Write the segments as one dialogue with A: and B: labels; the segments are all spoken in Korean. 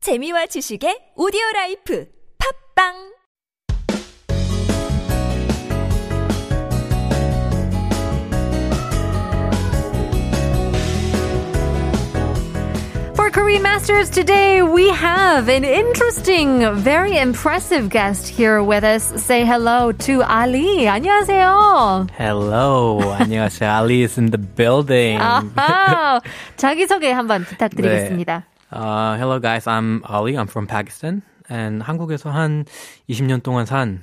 A: 재미와 지식의 오디오 라이프 팝빵
B: For Korean Masters today, we have an interesting, very impressive guest here with us. Say hello to Ali. 안녕하세요.
C: 음. Hello, 안녕하세요. Ali is in the building. 네.
B: 아하, 자기소개 한번 부탁드리겠습니다.
C: Uh, hello guys, I'm Ali. I'm from Pakistan. And 한국에서 한 20년 동안 산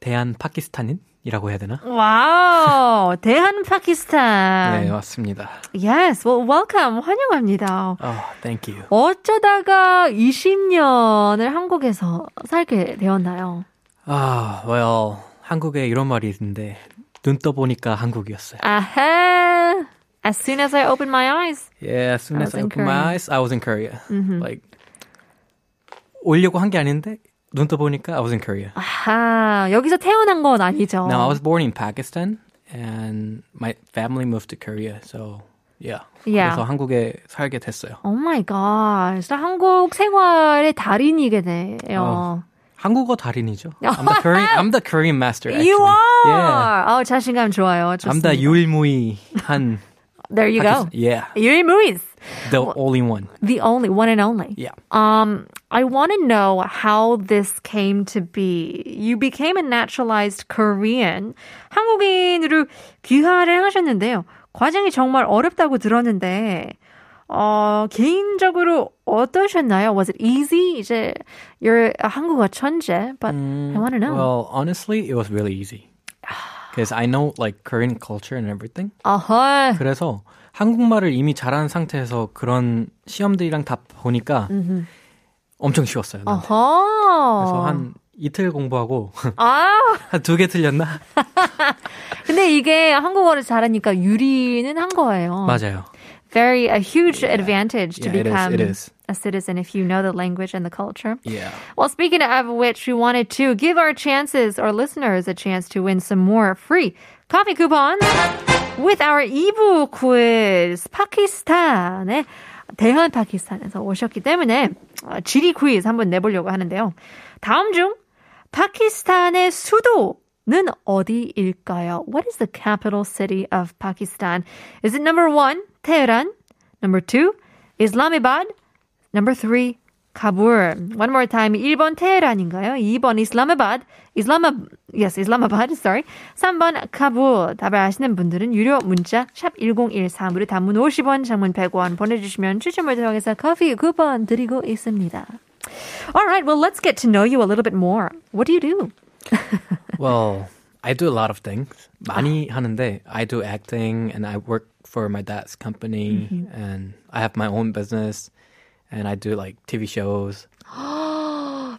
C: 대한 파키스탄인이라고 해야 되나?
B: 와우, 대한 파키스탄.
C: 네, 맞습니다.
B: Yes, well, welcome. 환영합니다.
C: Oh, thank you.
B: 어쩌다가 20년을 한국에서 살게 되었나요?
C: Ah, well, 한국에 이런 말이 있는데 눈 떠보니까 한국이었어요.
B: 아하. As soon as I open my eyes.
C: Yeah, as soon
B: I was
C: as I
B: in
C: opened
B: Korea. Mm-hmm.
C: my eyes, I was in Korea. Like 오려고 한 게 아닌데 눈 떠보니까 I was in Korea.
B: 아하, 여기서 태어난 건 아니죠.
C: Now I was born in Pakistan and my family moved to Korea. So yeah.
B: Yeah.
C: 그래서 한국에 살게 됐어요.
B: Oh my god. 진짜 한국 생활의 달인이겠네요.
C: 어, 한국어 달인이죠. I'm the Korean, I'm the Korean master. Actually.
B: You are.
C: Yeah.
B: 어, 자신감 좋아요.
C: I'm
B: 좋습니다.
C: the 유일무이한.
B: There you go.
C: Pakistan- Yeah.
B: You're Muis.
C: The only one.
B: The only one and only.
C: Yeah.
B: Um, I want to know how this came to be. You became a naturalized Korean. 한국인으로 귀화를 하셨는데요. 과정이 정말 어렵다고 들었는데, 어, 개인적으로 어떠셨나요? Was it easy? 이제, you're a 한국어 천재, but I want to know.
C: 음, Well, honestly, it was really easy. Because I know like Korean culture and everything.
B: 어허.
C: 그래서 한국말을 이미 잘하는 상태에서 그런 시험들이랑 다 보니까 엄청 쉬웠어요. 나한테. 그래서
B: 어허.
C: 한 이틀 공부하고
B: 아,
C: 한 두 개 틀렸나?
B: 근데 이게 한국어를 잘하니까 유리는 한 거예요.
C: 맞아요.
B: very a huge advantage to
C: Yeah, it is,
B: become
C: it is.
B: a citizen if you know the language and the culture.
C: Yeah.
B: Well, speaking of which, we wanted to give our chances, our listeners, a chance to win some more free coffee coupons with our 이부 quiz. 파키스탄의 대한 파키스탄에서 오셨기 때문에 어, 지리 quiz 한번 내보려고 하는데요. 다음 중 파키스탄의 수도는 어디일까요? What is the capital city of Pakistan? Is it number one, Tehran? Number two, Islamabad? Number three, Kabul. One more time. 1번 테헤란인가요? 2번 이슬라마바드. 이슬라마 yes, 이슬라마바드. Sorry. 3번 카불. 답을 아시는 분들은 유료 문자 샵 1013으로 단문 50원, 장문 100원 보내 주시면 추첨을 통해서 커피 쿠폰 드리고 있습니다. All right. Well, let's get to know you a little bit more. What do you do?
C: Well, I do a lot of things. 많이 하는데 I do acting and I work for my dad's company and I have my own business and I do like TV shows.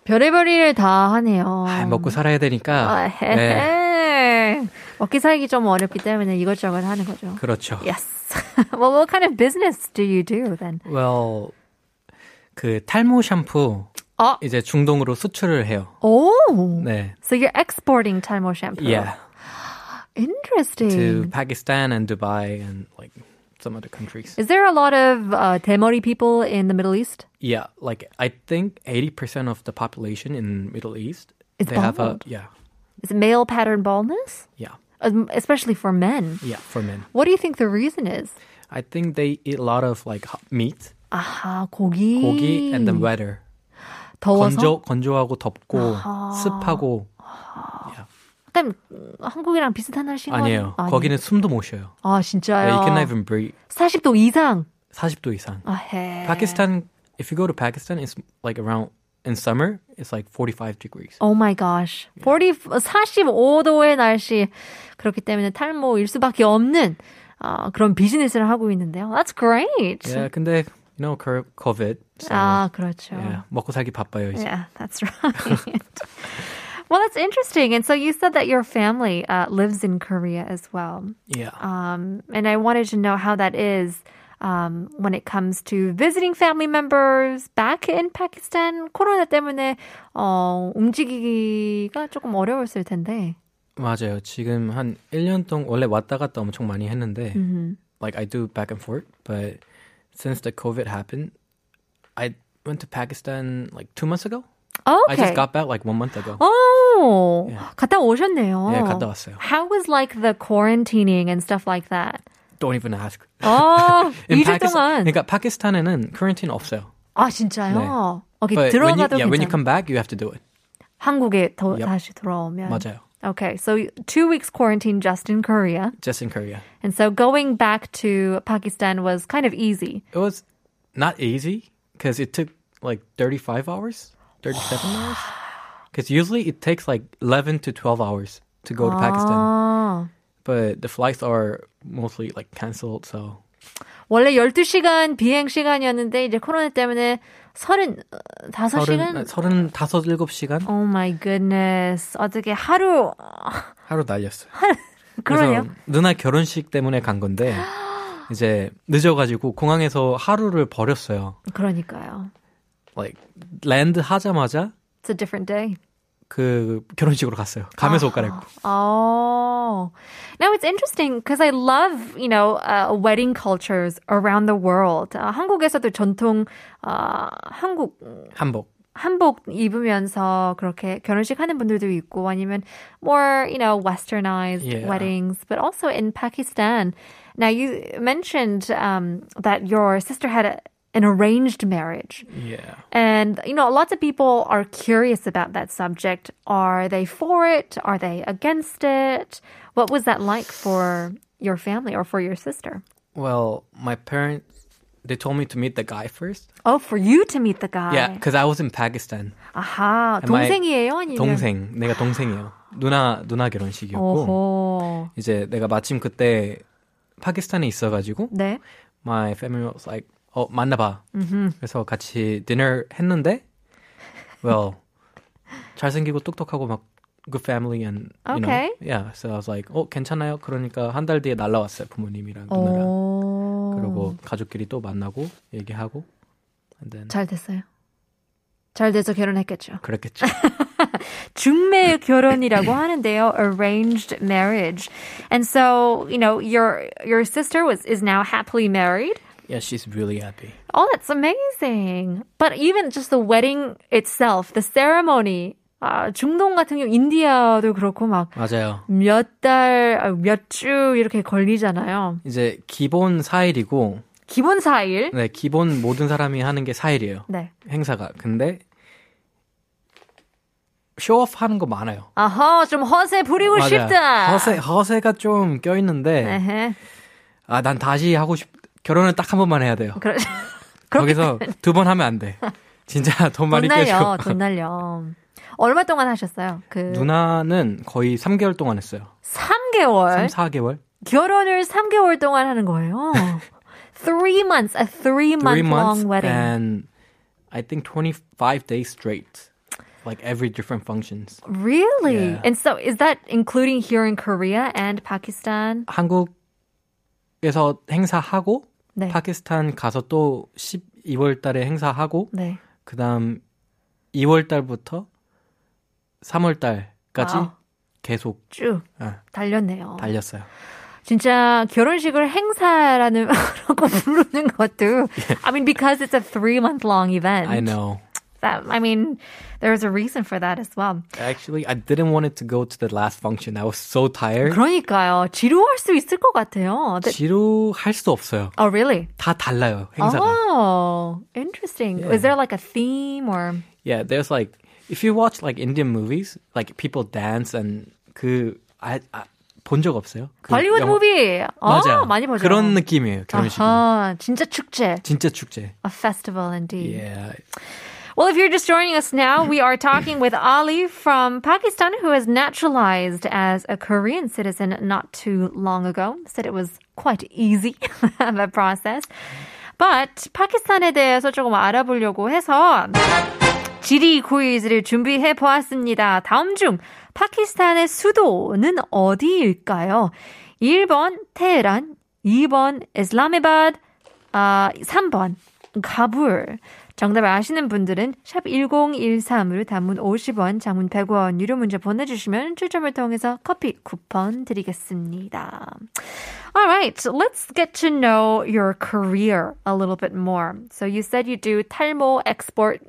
B: 별의별 일을 다 하네요.
C: 아, 먹고 살아야 되니까. 네.
B: 먹기 살기 좀 어렵기 때문에 이것저것 하는 거죠.
C: 그렇죠.
B: Yes. well, what kind of business do you do then?
C: Well, 그 탈모 샴푸
B: 어.
C: 이제 중동으로 수출을 해요.
B: Oh.
C: 네.
B: So you're exporting Talmo shampoo.
C: Yeah.
B: Interesting.
C: To Pakistan and Dubai and like some other countries.
B: Is there a lot of uh, Temori people in the Middle East?
C: Yeah, like I think 80% of the population in Middle East
B: Is
C: they have a
B: bald.
C: yeah.
B: Is it male pattern baldness?
C: Yeah.
B: Um, especially for men.
C: Yeah, for men.
B: What do you think the reason is?
C: I think they eat a lot of like hot meat,
B: 아하, 고기.
C: 고기, and the
B: Mm.
C: weather.
B: 더워서?
C: 건조, 건조하고 덥고 습하고
B: 약간 음, 한국이랑 비슷한 날씨인 거
C: 아니에요.
B: 아니-
C: 거기는 네, 숨도 못 쉬어요.
B: 아,
C: Yeah,
B: 진짜요?
C: you cannot even breathe.
B: 40도 이상.
C: 40도 이상.
B: 아, 해.
C: Pakistan, if you go to Pakistan, it's like around in summer, it's like 45 degrees.
B: Oh my gosh. 40, 45도의 날씨. 그렇기 때문에 탈모일 수밖에 없는 아, 그런 비즈니스를 하고 있는데요. That's great.
C: Yeah, 근데 you know cur- COVID. So,
B: 아, 그렇죠.
C: yeah, 먹고 살기 바빠요 이제.
B: Yeah, that's right. well, that's interesting. And so you said that your family uh, lives in Korea as well.
C: Yeah.
B: Um, and I wanted to know how that is um, when it comes to visiting family members back in Pakistan. 코로나 때문에 어, 움직이기가 조금 어려웠을 텐데.
C: 맞아요. 지금 한 1년 동안 원래 왔다 갔다 엄청 많이 했는데 like I do back and forth, but since the COVID happened, I went to Pakistan like two months ago.
B: Okay.
C: I just got back like one month ago.
B: Oh,
C: Yeah.
B: 갔다 오셨네요.
C: 예, 갔다 왔어요.
B: How was like the quarantining and stuff like that?
C: Don't even ask.
B: 어,
C: In
B: 2주 동안.
C: Pakistan, 그러니까 파키스탄에는 quarantine 없어요.
B: 아, 진짜요? 오케이,
C: But when you,
B: 들어가도
C: yeah, when you
B: 괜찮아요.
C: come back, you have to do it.
B: 한국에 더,
C: Yep.
B: 다시 돌아오면.
C: 맞아요.
B: Okay, so two weeks quarantine just in Korea.
C: Just in Korea.
B: And so going back to Pakistan was kind of easy.
C: It was not easy because it took like 35 hours, 37 hours. Because usually it takes like 11 to 12 hours to go
B: Ah.
C: to Pakistan.
B: 아,
C: But the flights are mostly like canceled. So
B: 원래 12시간 비행 시간이었는데 이제 코로나 때문에 아, 35시간?
C: 35, 7시간
B: Oh my goodness. 어떻게 하루
C: 하루 날렸어요.
B: 그러네요.
C: 그래서 누나 결혼식 때문에 간 건데 이제 늦어가지고 공항에서 하루를 버렸어요.
B: 그러니까요.
C: Like 랜드 하자마자
B: It's a different day.
C: 그 결혼식으로 갔어요. 가면서 옷 갈아입고.
B: Oh, now it's interesting because I love you know uh, wedding cultures around the world. 아, 한국에서도 전통 아, 한국
C: 한복.
B: 한복 입으면서 그렇게 결혼식 하는 분들도 있고 아니면 more you know westernized
C: Yeah.
B: weddings, but also in Pakistan. Now you mentioned um, that your sister had a, an arranged marriage.
C: Yeah.
B: And, you know, lots of people are curious about that subject. Are they for it? Are they against it? What was that like for your family or for your sister?
C: Well, my parents they told me to meet the guy first.
B: Oh, for you to meet the guy.
C: Yeah, because I was in Pakistan.
B: 아하,
C: And my
B: 동생이에요? 아니면?
C: 동생. 내가 동생이에요. 누나 누나 결혼식이었고
B: 오호.
C: 이제 내가 마침 그때 파키스탄에 있어가지고
B: 네.
C: my family was like, 어 만나봐. 그래서 같이 디너 했는데, well, 잘생기고 똑똑하고 막 good family and you
B: Okay.
C: know, yeah. So I was like, 어 괜찮아요. 그러니까 한 달 뒤에 날라왔어요 부모님이랑 누나랑.
B: 오.
C: 그리고 가족끼리 또 만나고 얘기하고, and then
B: 잘 됐어요. 잘 돼서 결혼했겠죠.
C: 그랬겠죠.
B: 중매 결혼이라고 하는데요. Arranged marriage. And so, you know, your your sister was is now happily married.
C: yeah, she's really happy.
B: Oh, that's amazing. But even just the wedding itself, the ceremony. 아, 중동 같은 경우 인디아도 그렇고
C: 맞아요.
B: 막 몇 달 아, 몇 주 이렇게 걸리잖아요.
C: 이제 기본 4일이고,
B: 기본 4일.
C: 네 기본 모든 사람이 하는 게 4일이에요.
B: 네.
C: 행사가. 근데 쇼업 하는 거 많아요.
B: 아하, 좀 허세 부리고
C: 맞아요.
B: 싶다. 네.
C: 허세 허세가 좀 껴있는데
B: 에헤.
C: 아 난 다시 하고 싶 결혼은 딱 한 번만 해야 돼요.
B: 그래.
C: 거기서 두 번 하면 안 돼. 진짜 돈 많이
B: 돈 날려,
C: 깨져.
B: 돈 날려. 얼마 동안 하셨어요? 그
C: 누나는 거의 3개월 동안 했어요. 3,
B: 3개월.
C: 4개월?
B: 결혼을 3개월 동안 하는 거예요. three months, a three month
C: 3 months 네.
B: long wedding.
C: and I think 25 days straight. Like every different functions.
B: Really?
C: Yeah.
B: And so is that including here in Korea and Pakistan?
C: 한국에서 행사하고
B: 네.
C: 파키스탄 가서 또 12월 달에 행사하고
B: 네.
C: 그다음 2월 달부터 3월 달까지
B: 와우. 음.
C: 계속
B: 쭉
C: 아,
B: 달렸네요.
C: 달렸어요.
B: 진짜 결혼식을 행사라는 라고 부르는 것도 I mean because it's a three month long event.
C: I know.
B: That I mean there's a reason for that as well.
C: Actually, I didn't want it to go to the last function. I was so tired.
B: 그러니까요. 지루할 수 있을 것 같아요. That-
C: 지루할 수 없어요.
B: Oh really?
C: 다 달라요, 행사가.
B: Oh, interesting. Is there like a theme or
C: Yeah, there's like if you watch like Indian movies, like people dance and 그 아, 아, 본적 없어요? 그
B: 발리우드
C: 영화-
B: 무비? 어,
C: 맞아요.
B: 많이 보죠.
C: 그런 느낌이에요, 결혼식이.
B: 아하, 진짜 축제.
C: 진짜 축제.
B: A festival indeed.
C: Yeah.
B: Well, if you're just joining us now, we are talking with Ali from Pakistan, who has naturalized as a Korean citizen not too long ago. Said it was quite easy, the process. But 파키스탄에 대해서 조금 알아보려고 해서 지리 quizz를 준비해 보았습니다. 다음 중 파키스탄의 수도는 어디일까요? 1번 테헤란, 2번 이슬라마바드, 아, 3번 가불. 정답 아시는 분들은 샵 1013으로 단문 50원, 장문 100원 유료 문자 보내주시면 추첨을 통해서 커피 쿠폰 드리겠습니다. Alright, so let's get to know your career a little bit more. So you said you do 탈모 export,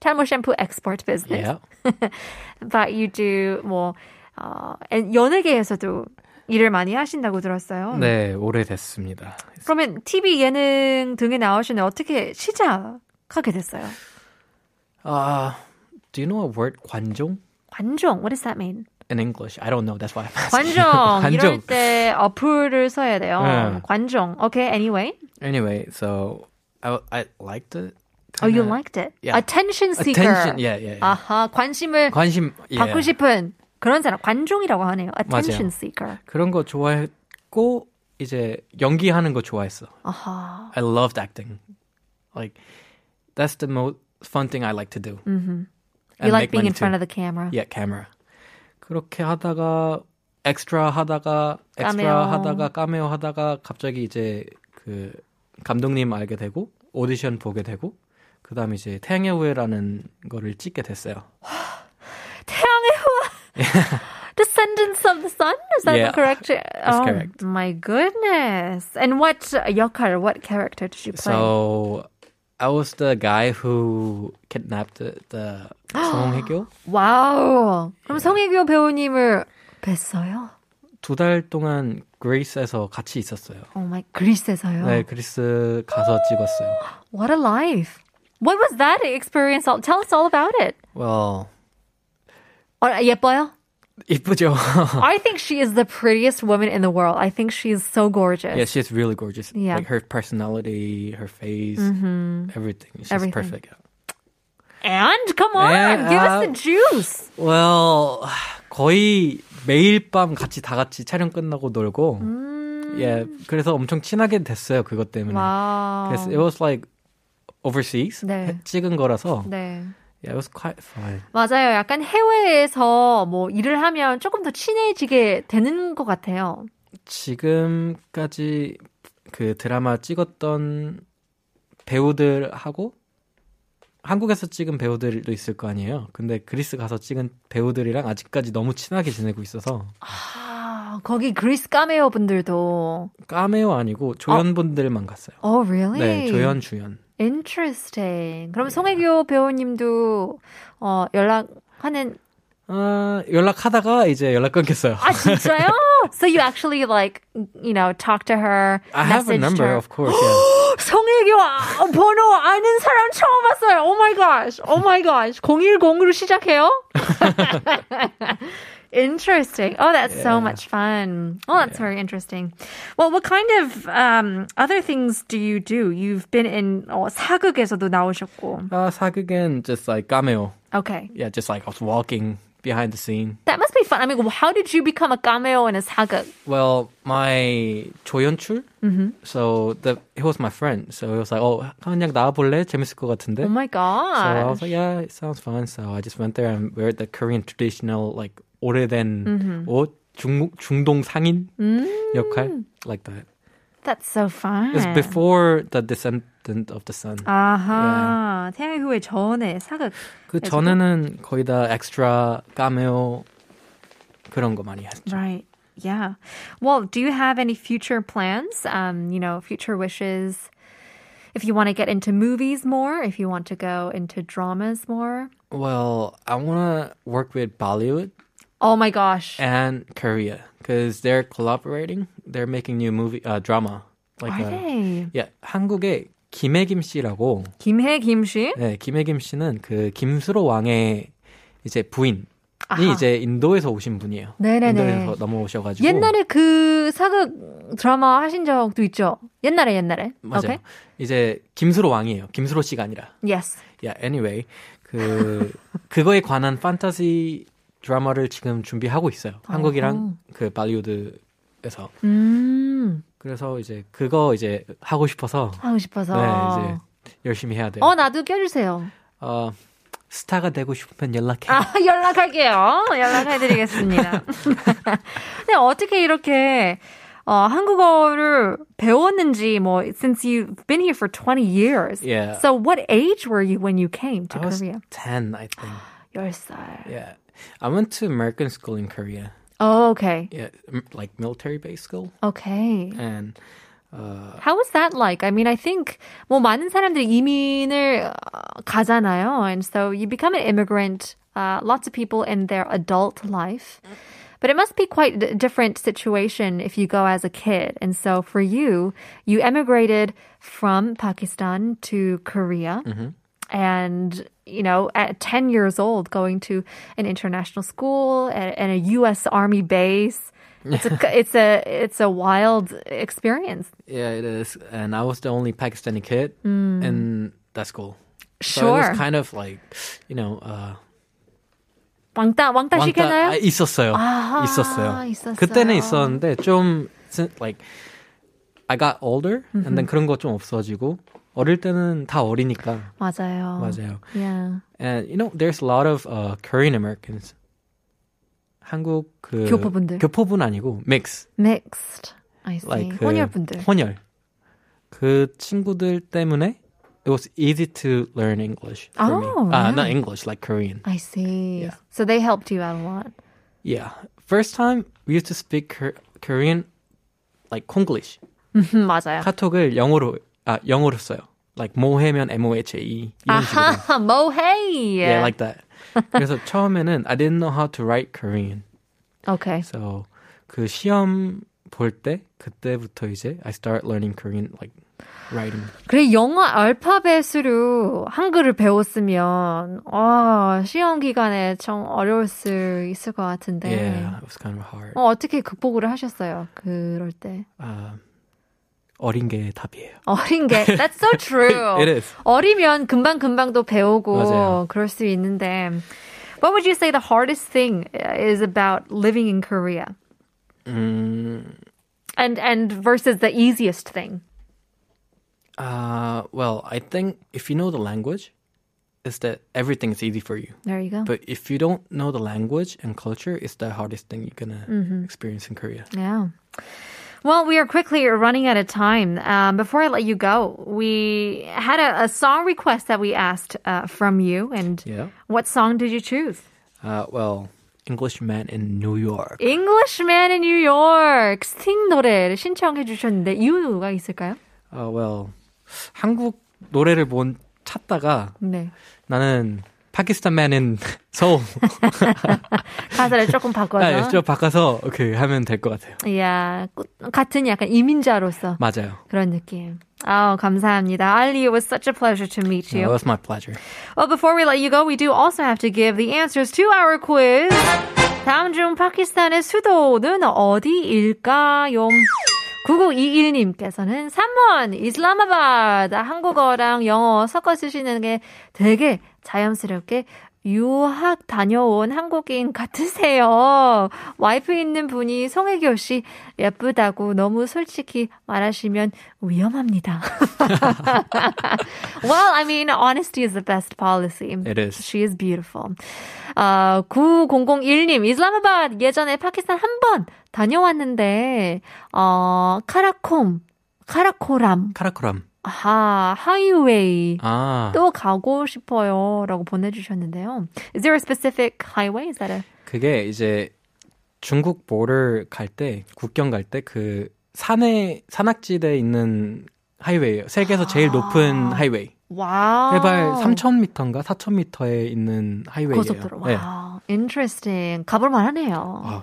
B: 탈모 샴푸 export business.
C: Yeah.
B: But you do 뭐 어, and 연예계에서도 일을 많이 하신다고 들었어요.
C: 네, 오래됐습니다.
B: 그러면 TV 예능 등에 나오시는 어떻게 시작하게 됐어요?
C: Uh, do you know a word 관종
B: 관종, what does that mean?
C: in English? I don't know. That's why I'm asking.
B: 관종, 이럴
C: 관종.
B: 때 어플을 써야 돼요.
C: 네.
B: 관종. Okay, anyway.
C: Anyway, so I, I liked it.
B: Oh, you
C: Kinda-
B: liked it.
C: 네. yeah.
B: Attention seeker.
C: Attention, yeah, yeah, yeah.
B: 아하, 관심을
C: 관심 예.
B: 받고 싶은 그런 사람. 관종이라고 하네요. Attention
C: 맞아요.
B: seeker.
C: 그런 거 좋아했고 이제 연기하는 거 좋아했어.
B: 아하.
C: I loved acting. Like that's the most fun thing I like to do.
B: You like being in front
C: front
B: of the camera.
C: yeah, camera. 그렇게 하다가 엑스트라 하다가 엑스트라
B: 까메오.
C: 하다가 까메오 하다가 갑자기 이제 그 감독님 알게 되고 오디션 보게 되고 그다음 이제 태양의 후예라는 거를 찍게 됐어요.
B: 태양의 후예. Descendants of the Sun? Is that
C: Yeah,
B: the correct? That's
C: correct.
B: My goodness. And what uh, 역할, what character did you play?
C: So I was the guy who kidnapped the, the 성혜교.
B: 와우. 그럼 성혜교 배우님을 뵀어요?
C: 두 달 동안 그리스에서 같이 있었어요.
B: 오 마이 Oh 그리스에서요.
C: 네, 그리스 가서 찍었어요.
B: What a life. What was that experience? all- Tell us all about it.
C: Well,
B: 어, 예뻐요?
C: 이쁘죠?
B: I think she is the prettiest woman in the world. I think she is so gorgeous.
C: Yeah, she's really gorgeous.
B: Yeah. Mm-hmm.
C: Like her personality, her face, everything. She's
B: Everything.
C: perfect.
B: And come on,
C: And,
B: give
C: uh,
B: us the juice.
C: Well, 거의 매일 밤 같이 다 같이 촬영 끝나고 놀고. 예, 그래서 엄청 친하게 됐어요. 그것 때문에.
B: 음. 와우.
C: 그래서 it was like overseas
B: 네.
C: 해- 찍은 거라서.
B: 네.
C: Yeah, it was quite fun.
B: 맞아요. 약간 해외에서 뭐 일을 하면 조금 더 친해지게 되는 것 같아요.
C: 지금까지 그 드라마 찍었던 배우들하고 한국에서 찍은 배우들도 있을 거 아니에요. 근데 그리스 가서 찍은 배우들이랑 아직까지 너무 친하게 지내고 있어서
B: 아, 거기 그리스 까메오 분들도.
C: 까메오 아니고 조연분들만 갔어요.
B: Oh, really?
C: 네, 조연 네. 주연.
B: Interesting. 그럼 송혜교 배우님도 어, 연락하는
C: 아, 연락하다가 이제 연락 끊겼어요.
B: 아 진짜요? so you actually like you know talk to her,
C: I have a
B: messaged
C: number,
B: her.
C: of course. yeah.
B: 송혜교 아, 번호 아는 사람 처음 봤어요. Oh my gosh. Oh my gosh. 010으로 시작해요? Interesting. Oh, that's so much fun. Oh, that's very interesting. Well, what kind of um, other things do you do? You've been in 어, 사극에서도 나오셨고.
C: 아, 사극엔 just like 까메오.
B: Okay.
C: Yeah, just like I was walking behind the scene.
B: That must be fun. I mean, how did you become a cameo in a 사극?
C: Well, my 조연출, so the he was my friend. So he was like, "Oh, 한양 나와볼래? 재밌을 것 같은데."
B: Oh my
C: so I
B: gosh.
C: was like, "Yeah, it sounds fun." So I just went there and wear the Korean traditional like 오래된 옷 중국 중동 상인 역할 like that.
B: That's so fun.
C: It's before the Descendant of the Sun.
B: 아, 아하. 태양의 후예 전에 사극.
C: 그 전에는 거의 다 엑스트라 까메오 그런 거 많이 했죠.
B: Right. Yeah. Well, do you have any future plans? Um, you know, future wishes? If you want to get into movies more, if you want to go into dramas more.
C: Well, I wanna work with Bollywood.
B: Oh my gosh.
C: and Korea because they're collaborating. They're making new movie uh, drama. Like uh,
B: Are they?
C: yeah, 한국의 김혜김 씨라고.
B: 김해 김씨?
C: 네, 김혜김 씨는 그 김수로 왕의 이제 부인이
B: 아하.
C: 이제 인도에서 오신 분이에요.
B: 네네네.
C: 인도에서 넘어오셔가지고
B: 옛날에 그 사극 드라마 하신 적도 있죠? 옛날에 옛날에.
C: 맞아요.
B: Okay?
C: 이제 김수로 왕이에요. 김수로 씨가 아니라.
B: Yes.
C: Yeah, anyway 그 그거에 관한 판타지 드라마를 지금 준비하고 있어요. 한국이랑 그 발리우드에서.
B: 음.
C: 그래서 이제 그거 이제 하고 싶어서
B: 하고 싶어서.
C: 네, 이제 열심히 해야 돼요.
B: 어, 나도 껴주세요.
C: 어, 스타가 되고 싶으면 연락해.
B: 아, 연락할게요. 연락해드리겠습니다. 근데 어떻게 이렇게 네, 어, 한국어를 배웠는지 뭐 since you've been here for 20 years.
C: Yeah.
B: So what age were you when you came to
C: I was
B: Korea?
C: 10, I think.
B: 10살.
C: Yeah. I went to American school in Korea.
B: Oh, okay.
C: Yeah, m- like military base school.
B: Okay.
C: And
B: How was that like? I mean, I think 뭐 많은 사람들이 이민을 어, 가잖아요. And so you become an immigrant. Uh, lots of people in their adult life. But it must be quite a different situation if you go as a kid. And so for you, you emigrated from Pakistan to Korea. And, you know, at 10 years old, going to an international school and, and a U.S. Army base. It's a, it's a, it's a wild experience.
C: yeah, it is. And I was the only Pakistani kid in that school.
B: 음.
C: So it
B: Sure.
C: was kind of like, you know, uh,
B: 왕따 왕따 시켜나요?
C: 아, 있었어요.
B: 아하,
C: 있었어요.
B: 있었어요.
C: 그때는 있었는데 좀 sin- like I got older and then 그런 거 좀 없어지고 어릴 때는 다 어리니까
B: 맞아요.
C: 맞아요.
B: Yeah.
C: And you know, there's a lot of uh, Korean Americans. 한국 그
B: 교포분들.
C: 교포분 아니고 mix
B: Mixed. I see.
C: like 그
B: 혼혈분들.
C: 혼혈 그 친구들 때문에 it was easy to learn English for me.
B: Oh,
C: Ah,
B: right.
C: not English, like Korean.
B: I see.
C: Yeah.
B: So they helped you out a lot.
C: Yeah. First time we used to speak Kor- Korean like Konglish.
B: 음, 맞아요.
C: 카톡을 영어로 아 영어로 써요. Like 모해면 M O H A E 이런 식으로.
B: 아하, 모헤이.
C: Yeah, like that. 그래서 처음에는 I didn't know how to write Korean.
B: okay.
C: So 그 시험 볼 때 그때부터 이제 I start learning Korean like writing.
B: 그래 영어 알파벳으로 한글을 배웠으면 아 시험 기간에 참 어려울 수 있을 것 같은데.
C: Yeah, it was kind of hard.
B: 네. 어, 어떻게 극복을 하셨어요? 그럴 때.
C: 아, 어린 게 답이에요.
B: 어린 게 that's so true.
C: It is.
B: 어리면 금방 금방도 배우고
C: 맞아요.
B: 그럴 수 있는데 what would you say the hardest thing is about living in Korea
C: 음,
B: and and versus the easiest thing?
C: uh, well, I think if you know the language, is that everything is easy for you.
B: There you go.
C: But if you don't know the language and culture, it's the hardest thing you're gonna experience in Korea.
B: Yeah. Well, we are quickly running out of time. Um, before I let you go, we had a, a song request that we asked uh, from you, and
C: Yeah.
B: what song did you choose?
C: Uh, well, Englishman in New York.
B: Englishman in New York, 스팅 노래를 신청해 주셨는데 이유가 있을까요?
C: Uh, well, 한국 노래를 본 찾다가
B: 네.
C: 나는 파키스탄 맨 in 서울
B: 가사를 조금 바꿔서.
C: 아, 좀 바꿔서 이렇게 하면 될 것 같아요.
B: 야, 꾸- 같은 약간 이민자로서
C: 맞아요.
B: 그런 느낌. 아, 감사합니다. Ali, it was such a pleasure to meet
C: Yeah, it
B: you.
C: was my pleasure.
B: Well, before we let you go, we do also have to give the answers to our quiz. 다음 중 파키스탄의 수도는 어디일까요? 9921님께서는 3번 이슬라마바드 한국어랑 영어 섞어 쓰시는 게 되게 자연스럽게 유학 다녀온 한국인 같으세요. 와이프 있는 분이 송혜교 씨 예쁘다고 너무 솔직히 말하시면 위험합니다. well, I mean, honesty is the best policy.
C: It is.
B: She is beautiful. 아, 9001님, 이슬라마바드 예전에 파키스탄 한 번 다녀왔는데, 어, 카라콤, 카라코람,
C: 카라코람.
B: 하, 하이웨이.
C: 아,
B: 또 가고 싶어요. 라고 보내주셨는데요. Is there a specific highway? Is that a.
C: 그게 이제 중국 border 갈 때 국경 갈 때 그 산에 산악지대에 있는 하이웨이예요. 세계에서 제일 높은
B: 아.
C: 하이웨이.
B: 와우.
C: 해발 3,000m인가 4,000m에 있는 하이웨이예요.
B: 고속도로.
C: 네.
B: 와우. Interesting. 가볼만 하네요.
C: 아,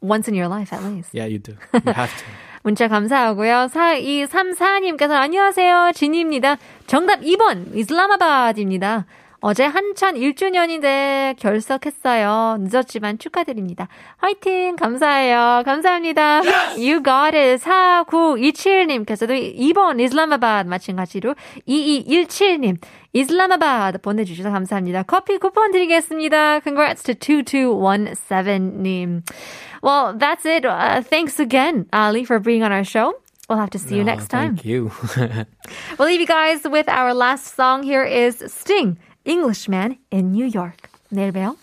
B: Once in your life, at least.
C: yeah, you do. You have to.
B: 문자 감사하고요. 4234님께서 안녕하세요. 진희입니다. 정답 2번 이슬라마바드입니다. 어제 한천 1주년인데 결석했어요. 늦었지만 축하드립니다. 화이팅! 감사해요. 감사합니다. You got it. 4927님께서도 2번 이슬라마바드 마찬가지로 2217님 이슬라마바드 보내주셔서 감사합니다. 커피 쿠폰 드리겠습니다. Congrats to 2217님. Well, that's it. Uh, thanks again, Ali, for being on our show. We'll have to see you
C: No,
B: next time.
C: Oh, Thank you.
B: We'll leave you guys with our last song. Here is Sting, Englishman in New York. 내일 봬요.